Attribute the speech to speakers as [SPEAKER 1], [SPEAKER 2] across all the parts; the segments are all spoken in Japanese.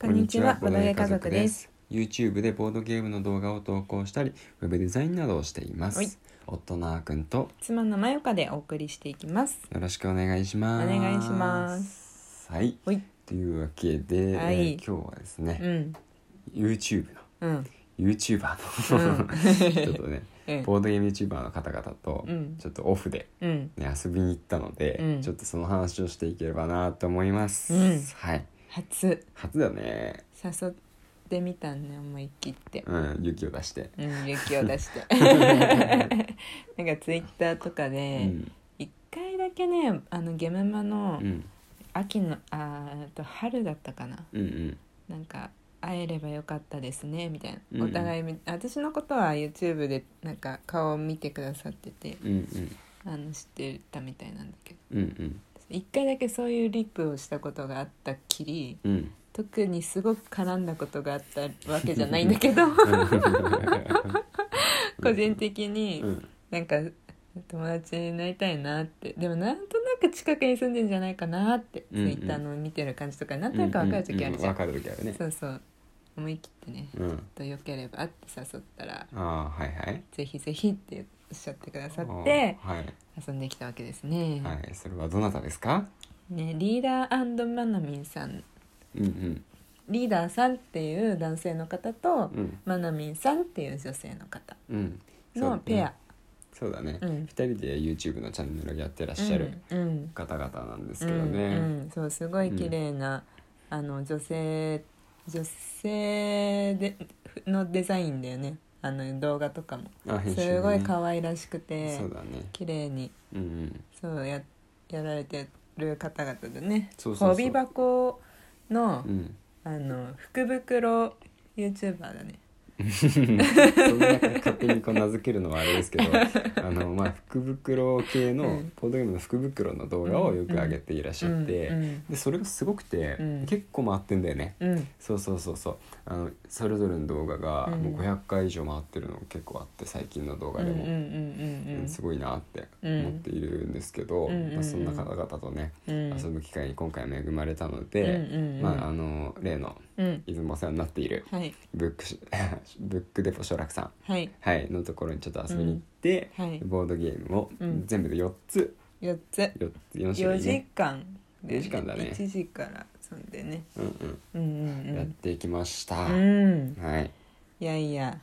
[SPEAKER 1] こんにちは、ボドゲ家族です。。
[SPEAKER 2] YouTube でボードゲームの動画を投稿したり、ウェブデザインなどをしています。
[SPEAKER 1] はい
[SPEAKER 2] 夫のあーくんと
[SPEAKER 1] 妻のまよかでお送りしていきます。
[SPEAKER 2] よろしくお願いし
[SPEAKER 1] お
[SPEAKER 2] ます。
[SPEAKER 1] 願いします。
[SPEAKER 2] す。はい。
[SPEAKER 1] ほい、
[SPEAKER 2] というわけで、
[SPEAKER 1] はい
[SPEAKER 2] えー今日はです
[SPEAKER 1] う
[SPEAKER 2] ね、
[SPEAKER 1] ん、
[SPEAKER 2] YouTube
[SPEAKER 1] うん、
[SPEAKER 2] の YouTuber の、 ちょっとね、
[SPEAKER 1] うん、
[SPEAKER 2] ボードゲーム YouTuber の方々と
[SPEAKER 1] うん
[SPEAKER 2] ちょっとオフで、
[SPEAKER 1] うん、
[SPEAKER 2] ね、遊びに行ったので、
[SPEAKER 1] うん
[SPEAKER 2] ちょっとその話をしていければなと思います。
[SPEAKER 1] うん
[SPEAKER 2] はい。
[SPEAKER 1] 初
[SPEAKER 2] 初だね。
[SPEAKER 1] 誘ってみたね、思い切って。
[SPEAKER 2] うん、勇気を出して。
[SPEAKER 1] うん、勇気を出 して。なんかツイッターとか
[SPEAKER 2] う
[SPEAKER 1] で、
[SPEAKER 2] ん。
[SPEAKER 1] 一、回だけね、あのゲムマの
[SPEAKER 2] うん。
[SPEAKER 1] 秋の、あーあと春だったかな。
[SPEAKER 2] うんうん。
[SPEAKER 1] なんか会えればよかったですねみたい
[SPEAKER 2] うん
[SPEAKER 1] な
[SPEAKER 2] う
[SPEAKER 1] お
[SPEAKER 2] ん
[SPEAKER 1] 互いみ私のことは YouTube でなんか顔を見てくださってて
[SPEAKER 2] うんうん
[SPEAKER 1] あの知ってたみたいなんだけど
[SPEAKER 2] うん
[SPEAKER 1] 一回だけそういうリップをしたことがあったっきり
[SPEAKER 2] うんうん
[SPEAKER 1] 特にすごく絡んだことがあったわけじゃないんだけど 個人的に
[SPEAKER 2] うん
[SPEAKER 1] なんか友達になりたいなってでもなんとなく近くに住んでんじゃないかなって
[SPEAKER 2] うんうん
[SPEAKER 1] Twitter の見てる感じとかなんとなく分かる時あるじゃん。
[SPEAKER 2] うんうんうん分かる時あるね
[SPEAKER 1] そうそう思い切ってね
[SPEAKER 2] うん
[SPEAKER 1] と良ければって誘ったら
[SPEAKER 2] ああはいはい
[SPEAKER 1] 「ぜひぜひ」っておっしゃってくださって
[SPEAKER 2] あーはい
[SPEAKER 1] 遊んできたわけですね,、
[SPEAKER 2] はいそれはどなたですか
[SPEAKER 1] ねリーダーマナミンさん
[SPEAKER 2] うん
[SPEAKER 1] リーダーさんっていう男性の方と、
[SPEAKER 2] うんうん
[SPEAKER 1] マナミンさんっていう女性の方
[SPEAKER 2] うんそう
[SPEAKER 1] のペア
[SPEAKER 2] そうだね
[SPEAKER 1] う
[SPEAKER 2] 二
[SPEAKER 1] ん
[SPEAKER 2] 人で YouTube のチャンネルをやってらっしゃる
[SPEAKER 1] うんうん
[SPEAKER 2] 方々なんです
[SPEAKER 1] う
[SPEAKER 2] けど
[SPEAKER 1] ん
[SPEAKER 2] ね
[SPEAKER 1] うんそうすごい綺麗な、あの女性女性でのデザインだよねあの動画とかも
[SPEAKER 2] あ編集
[SPEAKER 1] すごい
[SPEAKER 2] わ
[SPEAKER 1] 可愛らしくて
[SPEAKER 2] そうだね
[SPEAKER 1] 綺麗に
[SPEAKER 2] うんうん
[SPEAKER 1] そうややられてる方々でね
[SPEAKER 2] そうそうそう
[SPEAKER 1] ホビ箱の,、
[SPEAKER 2] うん
[SPEAKER 1] あの福袋 YouTuber だね
[SPEAKER 2] そんな勝手にこう名付けるのはあれですけ どあの、まあ、福袋系
[SPEAKER 1] う
[SPEAKER 2] の
[SPEAKER 1] ん
[SPEAKER 2] ボードゲームの福袋の動画をよく上げていらっしゃって、
[SPEAKER 1] うん
[SPEAKER 2] でそれがすごくて、
[SPEAKER 1] うん
[SPEAKER 2] 結構回ってんだよね
[SPEAKER 1] うん
[SPEAKER 2] そうそうそうそうあのそれぞれの動画が
[SPEAKER 1] うん
[SPEAKER 2] もう500回以上回ってるの結構あって最近の動
[SPEAKER 1] うんう
[SPEAKER 2] 画
[SPEAKER 1] ん
[SPEAKER 2] で
[SPEAKER 1] うん
[SPEAKER 2] も、
[SPEAKER 1] うんう
[SPEAKER 2] うんんすごいなって
[SPEAKER 1] うん
[SPEAKER 2] 思っているんですけど、
[SPEAKER 1] うんうんうん
[SPEAKER 2] まあ、そんな方々とね、
[SPEAKER 1] うん
[SPEAKER 2] 遊ぶ機会に今回恵まれたの
[SPEAKER 1] うんうん
[SPEAKER 2] で、
[SPEAKER 1] うん
[SPEAKER 2] まあ、あの例の
[SPEAKER 1] うん
[SPEAKER 2] いつもお世話になっている
[SPEAKER 1] はい
[SPEAKER 2] ブックし ブックデポ奨楽さん
[SPEAKER 1] はい
[SPEAKER 2] はい、のところにちょっと遊びに行って、
[SPEAKER 1] うんはい
[SPEAKER 2] ボードゲームを
[SPEAKER 1] うん
[SPEAKER 2] 全部で4つ、
[SPEAKER 1] 4つ
[SPEAKER 2] 四つ4種
[SPEAKER 1] 4
[SPEAKER 2] 類
[SPEAKER 1] 時
[SPEAKER 2] ね、
[SPEAKER 1] 間で
[SPEAKER 2] 四時間だね
[SPEAKER 1] 1時からそんでね
[SPEAKER 2] うん
[SPEAKER 1] うん
[SPEAKER 2] うんやっ
[SPEAKER 1] う
[SPEAKER 2] てきました、
[SPEAKER 1] んうんうん
[SPEAKER 2] はい、
[SPEAKER 1] いやいや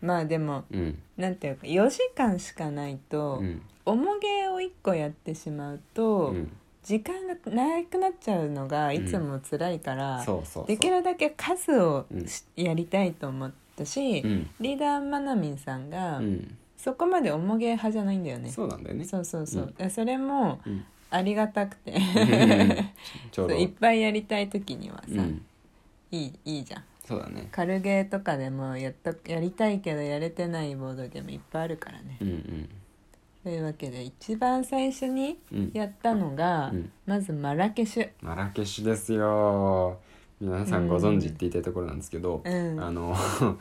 [SPEAKER 1] まあでも
[SPEAKER 2] うん
[SPEAKER 1] なんていうか4時間しかないと、
[SPEAKER 2] うん
[SPEAKER 1] 重げを1個やってしまうと、
[SPEAKER 2] うん
[SPEAKER 1] 時間がなくなっちゃうのがいつも辛いから、
[SPEAKER 2] そうそうそう
[SPEAKER 1] できるだけ数を
[SPEAKER 2] うん
[SPEAKER 1] しやりたいと思ったし、
[SPEAKER 2] うん
[SPEAKER 1] リーダーまなみんさん
[SPEAKER 2] う
[SPEAKER 1] が
[SPEAKER 2] ん
[SPEAKER 1] そこまで重げ派じゃないんだよね。
[SPEAKER 2] そうなんだよね
[SPEAKER 1] そうそうそう
[SPEAKER 2] うん
[SPEAKER 1] でそれも
[SPEAKER 2] うん
[SPEAKER 1] ありがたくて
[SPEAKER 2] ちょ
[SPEAKER 1] そ
[SPEAKER 2] うど
[SPEAKER 1] ういっぱいやりたい時にはさ、
[SPEAKER 2] うん
[SPEAKER 1] いいいいじゃん
[SPEAKER 2] そうだね
[SPEAKER 1] 軽ゲーとかでもやったやりたいけどやれてないボードゲームいっぱいあるからね
[SPEAKER 2] う。んうん
[SPEAKER 1] というわけで一番最初に
[SPEAKER 2] うん
[SPEAKER 1] やったのが、
[SPEAKER 2] うん
[SPEAKER 1] まずマラケシュ。
[SPEAKER 2] マラケシュですよ皆さんご存知って言いたいところなんですけど、
[SPEAKER 1] うん
[SPEAKER 2] あの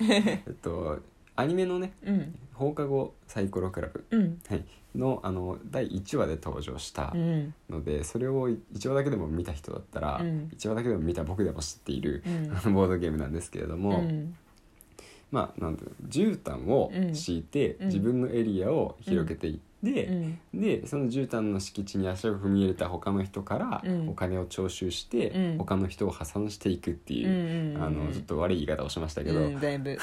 [SPEAKER 2] えっとアニメのね
[SPEAKER 1] うん
[SPEAKER 2] 放課後サイコロクラブ
[SPEAKER 1] うん
[SPEAKER 2] はいのあの第1話で登場した
[SPEAKER 1] うん
[SPEAKER 2] ので、それを1話だけでも見た人だったら、
[SPEAKER 1] うん
[SPEAKER 2] 一1話だけでも見た僕でも知っている
[SPEAKER 1] う、ん
[SPEAKER 2] あの ボードゲームなんですけれど
[SPEAKER 1] う
[SPEAKER 2] も、
[SPEAKER 1] ん
[SPEAKER 2] まあなんていうの絨毯を敷いて、
[SPEAKER 1] うん
[SPEAKER 2] 自分のエリアを広げていっ
[SPEAKER 1] う
[SPEAKER 2] て、
[SPEAKER 1] ん
[SPEAKER 2] でその絨毯の敷地に足を踏み入れた他の人から
[SPEAKER 1] うん
[SPEAKER 2] お金を徴収して、
[SPEAKER 1] うん
[SPEAKER 2] 他の人を破産していくって
[SPEAKER 1] う
[SPEAKER 2] い
[SPEAKER 1] んう
[SPEAKER 2] う、
[SPEAKER 1] んうん
[SPEAKER 2] あのちょっと悪い言い方をしましたけど、
[SPEAKER 1] うんだい ぶで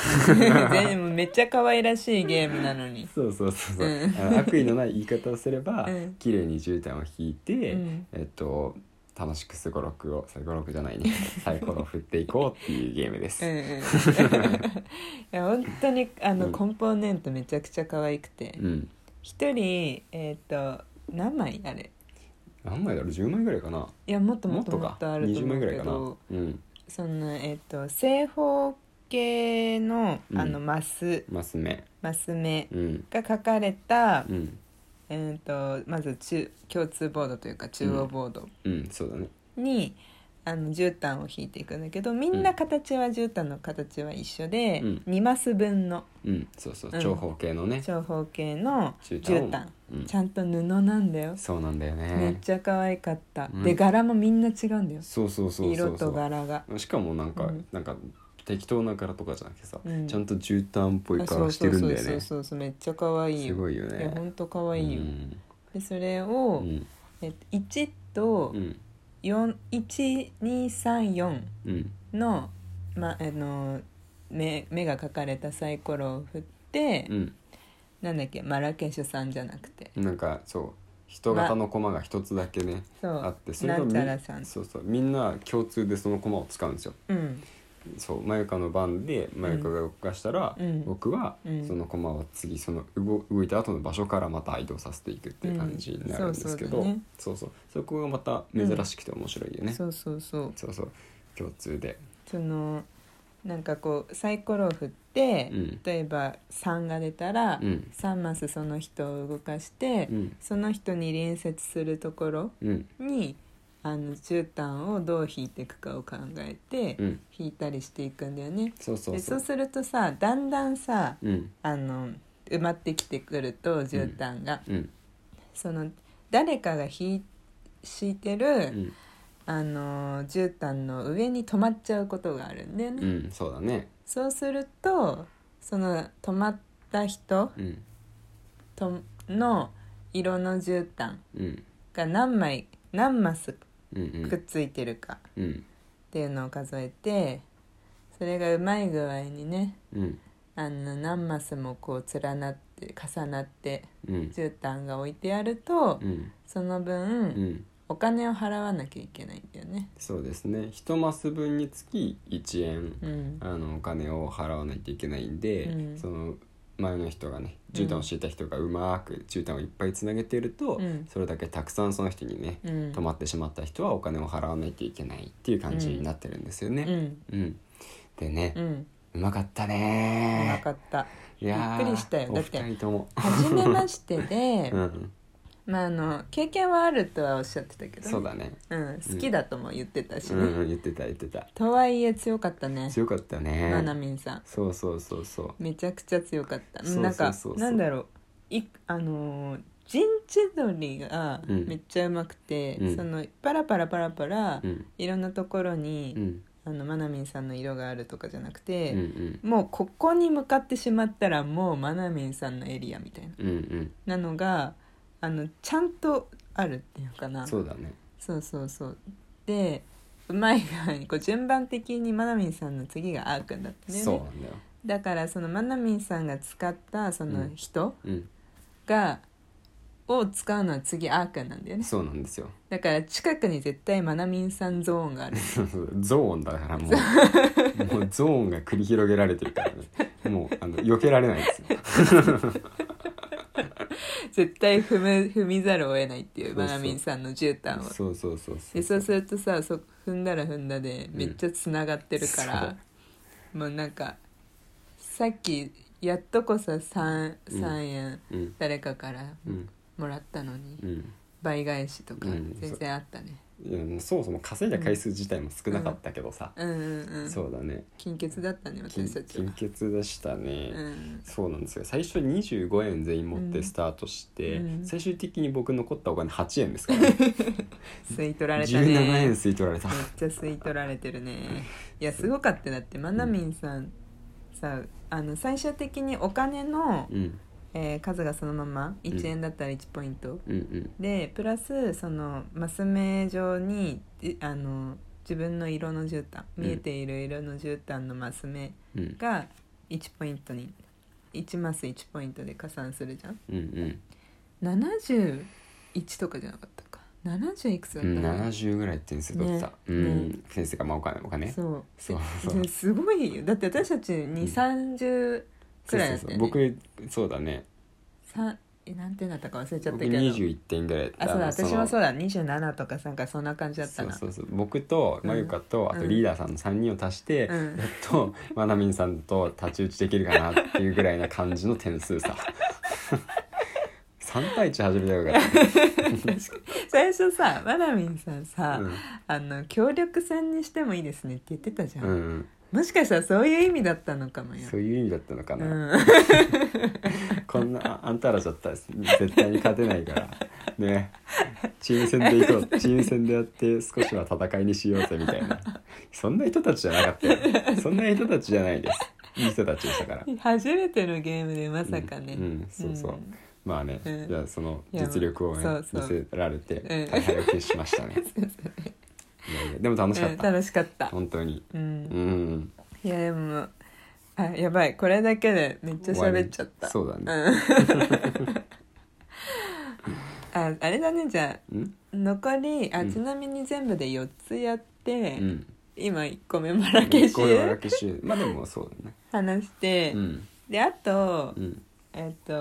[SPEAKER 1] もめっちゃ可愛らしいゲームなのに
[SPEAKER 2] そうそうそうそう、
[SPEAKER 1] うん
[SPEAKER 2] あの悪意のない言い方をすれば、
[SPEAKER 1] うん
[SPEAKER 2] 綺麗に絨毯を引いて、
[SPEAKER 1] うん
[SPEAKER 2] えっと楽しくすごろくをすごろくじゃない ねサイコロを振っていこうっていうゲームで
[SPEAKER 1] うん
[SPEAKER 2] す。
[SPEAKER 1] うん いや本当にあの、
[SPEAKER 2] うん
[SPEAKER 1] コンポーネントめちゃくちゃ可愛くて
[SPEAKER 2] うん、
[SPEAKER 1] 一、人えっ、と何枚あれ
[SPEAKER 2] 何枚だろう10枚ぐらいかない
[SPEAKER 1] やもっとも
[SPEAKER 2] も
[SPEAKER 1] っ
[SPEAKER 2] っ
[SPEAKER 1] と
[SPEAKER 2] と
[SPEAKER 1] も
[SPEAKER 2] か
[SPEAKER 1] っとあると
[SPEAKER 2] 20
[SPEAKER 1] 思
[SPEAKER 2] 枚
[SPEAKER 1] う
[SPEAKER 2] ぐら
[SPEAKER 1] け
[SPEAKER 2] いかな、
[SPEAKER 1] ど
[SPEAKER 2] うん、
[SPEAKER 1] そのえっ、と正方形のあの
[SPEAKER 2] う
[SPEAKER 1] マス、
[SPEAKER 2] マス目
[SPEAKER 1] マス目
[SPEAKER 2] うん
[SPEAKER 1] が書かれた、
[SPEAKER 2] うん
[SPEAKER 1] えー、とまず中共通ボードというか中央ボード
[SPEAKER 2] うんそうだね
[SPEAKER 1] に、あの絨毯を引いていくんだけどみんな形は絨毯の形は一緒で、
[SPEAKER 2] うん
[SPEAKER 1] 2マス分の
[SPEAKER 2] うんそうそう
[SPEAKER 1] うん
[SPEAKER 2] 長方形のね、
[SPEAKER 1] 長方形の
[SPEAKER 2] 絨
[SPEAKER 1] 絨
[SPEAKER 2] 毯
[SPEAKER 1] 毯
[SPEAKER 2] をうん
[SPEAKER 1] ちゃんと布なんだよ、
[SPEAKER 2] そうなんだよね
[SPEAKER 1] めっちゃ可愛かった、
[SPEAKER 2] うん
[SPEAKER 1] で柄もみんな違うんだよ
[SPEAKER 2] そうそうそうそう
[SPEAKER 1] 色と柄が
[SPEAKER 2] しかもなんか、
[SPEAKER 1] うん
[SPEAKER 2] なんか適当な柄とかじゃなくてさ、
[SPEAKER 1] うん
[SPEAKER 2] ちゃんと絨毯っぽい
[SPEAKER 1] あそ
[SPEAKER 2] 柄
[SPEAKER 1] う
[SPEAKER 2] して
[SPEAKER 1] そう
[SPEAKER 2] る
[SPEAKER 1] そ
[SPEAKER 2] ん
[SPEAKER 1] う
[SPEAKER 2] だよ
[SPEAKER 1] そ
[SPEAKER 2] ね
[SPEAKER 1] うそうそうめっちゃ可愛い
[SPEAKER 2] す
[SPEAKER 1] よ
[SPEAKER 2] ごいよ
[SPEAKER 1] いやほ
[SPEAKER 2] ね
[SPEAKER 1] んと可愛いよ、
[SPEAKER 2] うん
[SPEAKER 1] でそれ
[SPEAKER 2] う
[SPEAKER 1] を、
[SPEAKER 2] ん
[SPEAKER 1] えっと1と
[SPEAKER 2] うん
[SPEAKER 1] 4 1234
[SPEAKER 2] うん
[SPEAKER 1] の,、ま、あの目目が描かれたサイコロを振って、
[SPEAKER 2] うん
[SPEAKER 1] なんだっけマラケシュさんじゃなくて
[SPEAKER 2] なんかそう人型のコマが一つだけね、
[SPEAKER 1] そ
[SPEAKER 2] あ
[SPEAKER 1] う
[SPEAKER 2] ってそれ
[SPEAKER 1] な
[SPEAKER 2] が
[SPEAKER 1] ん
[SPEAKER 2] み
[SPEAKER 1] ちゃらさん
[SPEAKER 2] そうそうみんな共通でそのコマを使うんですよ
[SPEAKER 1] うん
[SPEAKER 2] そうまゆかの番でまゆかが動かしたら、
[SPEAKER 1] うん
[SPEAKER 2] 僕は
[SPEAKER 1] うん
[SPEAKER 2] そのコマを次その動動いた後の場所からまた移動させていくっていう感じになるんですけど、
[SPEAKER 1] うんそうそうだね
[SPEAKER 2] そうそうそこがまた珍しくて面白いよね、
[SPEAKER 1] そうそうそう
[SPEAKER 2] そうそう共通で
[SPEAKER 1] そのなんかこうサイコロを振って、
[SPEAKER 2] うん
[SPEAKER 1] 例えば3が出たら、
[SPEAKER 2] うん
[SPEAKER 1] 3マスその人を動かして、
[SPEAKER 2] うん
[SPEAKER 1] その人に隣接するところ
[SPEAKER 2] うん
[SPEAKER 1] にあの絨毯をどう引いていくかを考えて、
[SPEAKER 2] うん
[SPEAKER 1] 引いたりしていくんだよね。
[SPEAKER 2] そうそう
[SPEAKER 1] で
[SPEAKER 2] そ
[SPEAKER 1] そう
[SPEAKER 2] う
[SPEAKER 1] するとさだんだんさ
[SPEAKER 2] うん
[SPEAKER 1] あの埋まってきてくると絨毯が、
[SPEAKER 2] うん
[SPEAKER 1] その誰かが引い敷いてる、
[SPEAKER 2] うん
[SPEAKER 1] あの絨毯の上に止まっちゃうことがあるんだよね、
[SPEAKER 2] うんそうだね
[SPEAKER 1] そうするとその止まった人
[SPEAKER 2] うん
[SPEAKER 1] との色の絨毯
[SPEAKER 2] うん
[SPEAKER 1] が何枚何マス
[SPEAKER 2] うんう
[SPEAKER 1] くっ
[SPEAKER 2] ん
[SPEAKER 1] ついてるかっ
[SPEAKER 2] うん
[SPEAKER 1] ていうのを数えてそれがうまい具合にね
[SPEAKER 2] うん
[SPEAKER 1] あの何マスもこう連なって重なって
[SPEAKER 2] うん
[SPEAKER 1] 絨毯が置いてあると
[SPEAKER 2] うん
[SPEAKER 1] その
[SPEAKER 2] う
[SPEAKER 1] 分
[SPEAKER 2] ん
[SPEAKER 1] お金を払わなきゃいけないんだよね。
[SPEAKER 2] そうですね一マス分につき1円
[SPEAKER 1] うん、
[SPEAKER 2] あのお金を払わないといけないんで、
[SPEAKER 1] うん
[SPEAKER 2] その前の人がね絨毯を敷いた人がうまく絨毯をいっぱいつなげていると、
[SPEAKER 1] うん
[SPEAKER 2] それだけたくさんその人にね、
[SPEAKER 1] うん
[SPEAKER 2] 泊まってしまった人はお金を払わないといけないっていう感じになってるんですよ
[SPEAKER 1] う
[SPEAKER 2] ね。
[SPEAKER 1] ん
[SPEAKER 2] うんでね、
[SPEAKER 1] う
[SPEAKER 2] うんまかった
[SPEAKER 1] うま
[SPEAKER 2] ね
[SPEAKER 1] かった
[SPEAKER 2] いやー
[SPEAKER 1] びっくりしたよだって
[SPEAKER 2] お二人とも。
[SPEAKER 1] 初めましてで、
[SPEAKER 2] うん、
[SPEAKER 1] まああの経験はあるとはおっしゃってたけどね、
[SPEAKER 2] そうだね、
[SPEAKER 1] うん、好きだとも言ってたし
[SPEAKER 2] う
[SPEAKER 1] ね、
[SPEAKER 2] ん、言ってた言ってた
[SPEAKER 1] とはいえ強かったね
[SPEAKER 2] 強かったね
[SPEAKER 1] まなみんさん
[SPEAKER 2] そうそうそうそう
[SPEAKER 1] めちゃくちゃ強かった
[SPEAKER 2] そうそうそう
[SPEAKER 1] なんか
[SPEAKER 2] そう
[SPEAKER 1] なんだろういあのー陣地取りが
[SPEAKER 2] うん
[SPEAKER 1] めっちゃうまくて、
[SPEAKER 2] うん
[SPEAKER 1] そのパラパラパラパラ、
[SPEAKER 2] うん
[SPEAKER 1] いろんなところ
[SPEAKER 2] う
[SPEAKER 1] に、
[SPEAKER 2] ん
[SPEAKER 1] あのまなみんさんの色があるとかじゃなく
[SPEAKER 2] うんう
[SPEAKER 1] て、
[SPEAKER 2] ん
[SPEAKER 1] もうここに向かってしまったらもうまなみんさんのエリアみたいな
[SPEAKER 2] うんうん
[SPEAKER 1] なのがあのちゃんとあるっていうかな
[SPEAKER 2] そうだね
[SPEAKER 1] そうそうそうでうまい具合にこう順番的にまなみんさんの次があーくんだったんだよね
[SPEAKER 2] そうなんだよ
[SPEAKER 1] だからそのまなみんさんが使ったそうの
[SPEAKER 2] ん
[SPEAKER 1] 人
[SPEAKER 2] うん
[SPEAKER 1] が、を使うのは次あーくんなんだよね
[SPEAKER 2] そうなんですよ
[SPEAKER 1] だから近くに絶対まなみんさんゾーンがある
[SPEAKER 2] ゾーンだからもう もうゾーンが繰り広げられてるからねもうあの避けられないですよ
[SPEAKER 1] 絶対踏む踏みざるを得ないってい
[SPEAKER 2] そうう
[SPEAKER 1] まなみんさんの絨毯を
[SPEAKER 2] そうそうそうそ
[SPEAKER 1] で
[SPEAKER 2] う
[SPEAKER 1] そうするとさそ踏んだら踏んだで
[SPEAKER 2] ん
[SPEAKER 1] めっちゃつながってるから、もうなんかさっきやっとこそ 3,
[SPEAKER 2] うん
[SPEAKER 1] 3円
[SPEAKER 2] うん
[SPEAKER 1] 誰かから
[SPEAKER 2] うん
[SPEAKER 1] もらったのに、
[SPEAKER 2] うん
[SPEAKER 1] 倍返しとか
[SPEAKER 2] うん
[SPEAKER 1] 全然あったね、
[SPEAKER 2] いやもうそもそも稼いだ回数自体も少なかったけどさ、
[SPEAKER 1] うん、うんうん
[SPEAKER 2] そうだね
[SPEAKER 1] 金欠だったね
[SPEAKER 2] 金
[SPEAKER 1] 私たち
[SPEAKER 2] 金
[SPEAKER 1] は、
[SPEAKER 2] 欠でした
[SPEAKER 1] う
[SPEAKER 2] ね、
[SPEAKER 1] ん、
[SPEAKER 2] そうなんですよ最初25円全員持ってスタートして、
[SPEAKER 1] うん
[SPEAKER 2] 最終的に僕残ったお金8円ですか ら、ね、
[SPEAKER 1] 吸い取られたね
[SPEAKER 2] 17円吸い取られた
[SPEAKER 1] めっちゃ吸い取られてるね いやすごかっただってまなみんさん、さあの最終的にお金の、
[SPEAKER 2] うん
[SPEAKER 1] えー数がそのまま
[SPEAKER 2] ん
[SPEAKER 1] 1円だったら1ポイント、
[SPEAKER 2] うんうん
[SPEAKER 1] でプラスそのマス目状にいあの自分の色の絨毯
[SPEAKER 2] うん
[SPEAKER 1] 見えている色の絨毯のマス目
[SPEAKER 2] うん
[SPEAKER 1] が1ポイントに1マス1ポイントで加算するじゃん
[SPEAKER 2] うんうん
[SPEAKER 1] 71とかじゃなかったか70いくつだ
[SPEAKER 2] う
[SPEAKER 1] った
[SPEAKER 2] ん、
[SPEAKER 1] かな
[SPEAKER 2] 70ぐらい点数取ってた、
[SPEAKER 1] ね
[SPEAKER 2] うん、
[SPEAKER 1] ね
[SPEAKER 2] 先生がまあお金お金
[SPEAKER 1] そう
[SPEAKER 2] そう
[SPEAKER 1] え
[SPEAKER 2] そう
[SPEAKER 1] すごいよだって私たち
[SPEAKER 2] うん
[SPEAKER 1] 2三3 0くらいだったよね
[SPEAKER 2] そうそうそう僕そうだね
[SPEAKER 1] さえなんてなったか忘れちゃった
[SPEAKER 2] 僕
[SPEAKER 1] けど
[SPEAKER 2] 21点ぐらいだった
[SPEAKER 1] あそうだ
[SPEAKER 2] の
[SPEAKER 1] 私もそう
[SPEAKER 2] の
[SPEAKER 1] だ27とか3かそんな感じだった
[SPEAKER 2] そう
[SPEAKER 1] な
[SPEAKER 2] そうそう僕とまゆか
[SPEAKER 1] う
[SPEAKER 2] と、
[SPEAKER 1] ん
[SPEAKER 2] あとリーダーさんの3人を足して、
[SPEAKER 1] うん
[SPEAKER 2] やっとまなみんさ んと太刀打ちできるかなっていうぐらいな感じの点数さ3対1始めたよかっ
[SPEAKER 1] 最初さマナミンさん
[SPEAKER 2] た、
[SPEAKER 1] さ、
[SPEAKER 2] うん
[SPEAKER 1] あの協力戦にしてもいいですねって言ってたじゃん、
[SPEAKER 2] うん、
[SPEAKER 1] もしかしたらそういう意味だったのかもよ
[SPEAKER 2] そういう意味だったのか
[SPEAKER 1] う
[SPEAKER 2] な、
[SPEAKER 1] ん、
[SPEAKER 2] こんなああんたらじゃったら絶対に勝てないからねチーム戦で行こ うチーム戦でやって少しは戦いにしようぜみたいなそんな人たちじゃなかったよそんな人たちじゃないですいい人たちでしたから
[SPEAKER 1] 初めてのゲームでまさかね、
[SPEAKER 2] うんうんそうそうまあね、
[SPEAKER 1] うん
[SPEAKER 2] じゃあその
[SPEAKER 1] いや
[SPEAKER 2] 実力を、ね、
[SPEAKER 1] そうそう
[SPEAKER 2] 見せられて
[SPEAKER 1] うん
[SPEAKER 2] 大敗を決しました ね、いやいやでも楽しかっ
[SPEAKER 1] うん
[SPEAKER 2] た、
[SPEAKER 1] 楽しかった、
[SPEAKER 2] 本当に
[SPEAKER 1] うん
[SPEAKER 2] うん
[SPEAKER 1] いやでもあやばいこれだけでめっちゃ喋っちゃった
[SPEAKER 2] 終わりそう
[SPEAKER 1] うんああれだねじゃあ
[SPEAKER 2] うん
[SPEAKER 1] 残りあ
[SPEAKER 2] うん
[SPEAKER 1] ちなみに全部で4つやって、
[SPEAKER 2] うん
[SPEAKER 1] 今1個目マラケシ
[SPEAKER 2] これはラ
[SPEAKER 1] ュ
[SPEAKER 2] ケシュまあでもそうだね
[SPEAKER 1] 話して、
[SPEAKER 2] うん
[SPEAKER 1] であと、
[SPEAKER 2] うん
[SPEAKER 1] えっ、と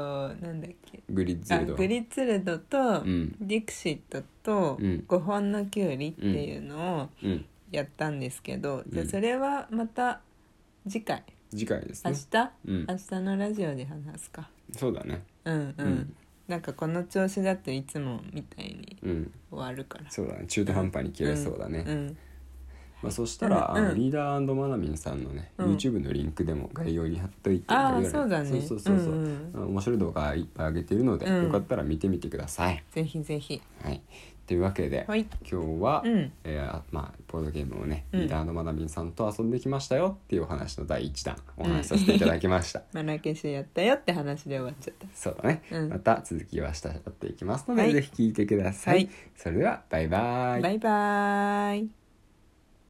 [SPEAKER 1] なんだっけ
[SPEAKER 2] グリッズ
[SPEAKER 1] あ
[SPEAKER 2] ルド
[SPEAKER 1] グリツルドと、
[SPEAKER 2] うん
[SPEAKER 1] ディクシットと、
[SPEAKER 2] うん
[SPEAKER 1] 5本のキュウリっていうのを
[SPEAKER 2] うん
[SPEAKER 1] やったんですけど、じゃあ
[SPEAKER 2] うん
[SPEAKER 1] それはまた次回
[SPEAKER 2] 次回です
[SPEAKER 1] 明
[SPEAKER 2] ね
[SPEAKER 1] 日、
[SPEAKER 2] うん
[SPEAKER 1] 明日のラジオで話すか
[SPEAKER 2] そうだね
[SPEAKER 1] うんうん、
[SPEAKER 2] うん
[SPEAKER 1] なんかこの調子だといつもみたいに
[SPEAKER 2] うん
[SPEAKER 1] 終わるから
[SPEAKER 2] そうだね中途半端に切れそうだね、
[SPEAKER 1] うん
[SPEAKER 2] まあ、そしたら、あの
[SPEAKER 1] うん
[SPEAKER 2] リーダーマナミンさんのね、
[SPEAKER 1] うん
[SPEAKER 2] YouTube のリンクでも概要に貼っといて
[SPEAKER 1] ああ
[SPEAKER 2] 概要欄に
[SPEAKER 1] そうだね
[SPEAKER 2] そうそうそうそう、
[SPEAKER 1] ん
[SPEAKER 2] あ
[SPEAKER 1] ん
[SPEAKER 2] の面白い動画いっぱい上げているので、
[SPEAKER 1] うん
[SPEAKER 2] よかったら見てみてください。
[SPEAKER 1] ぜひぜひ
[SPEAKER 2] はい、というわけで、
[SPEAKER 1] はい
[SPEAKER 2] 今日は、
[SPEAKER 1] うん
[SPEAKER 2] えーあまあ、ボードゲームをね、
[SPEAKER 1] うん
[SPEAKER 2] リーダーのまなみんさんと遊んできましたよっていうお話の第1弾お話しさせていただきました。
[SPEAKER 1] マラケシュやったよって話で終わっちゃった
[SPEAKER 2] そうだね、
[SPEAKER 1] うん
[SPEAKER 2] また続きは明日やっていきますので、
[SPEAKER 1] はい
[SPEAKER 2] ぜひ聞いてください。
[SPEAKER 1] はい
[SPEAKER 2] それではバイバイ
[SPEAKER 1] バイバーイ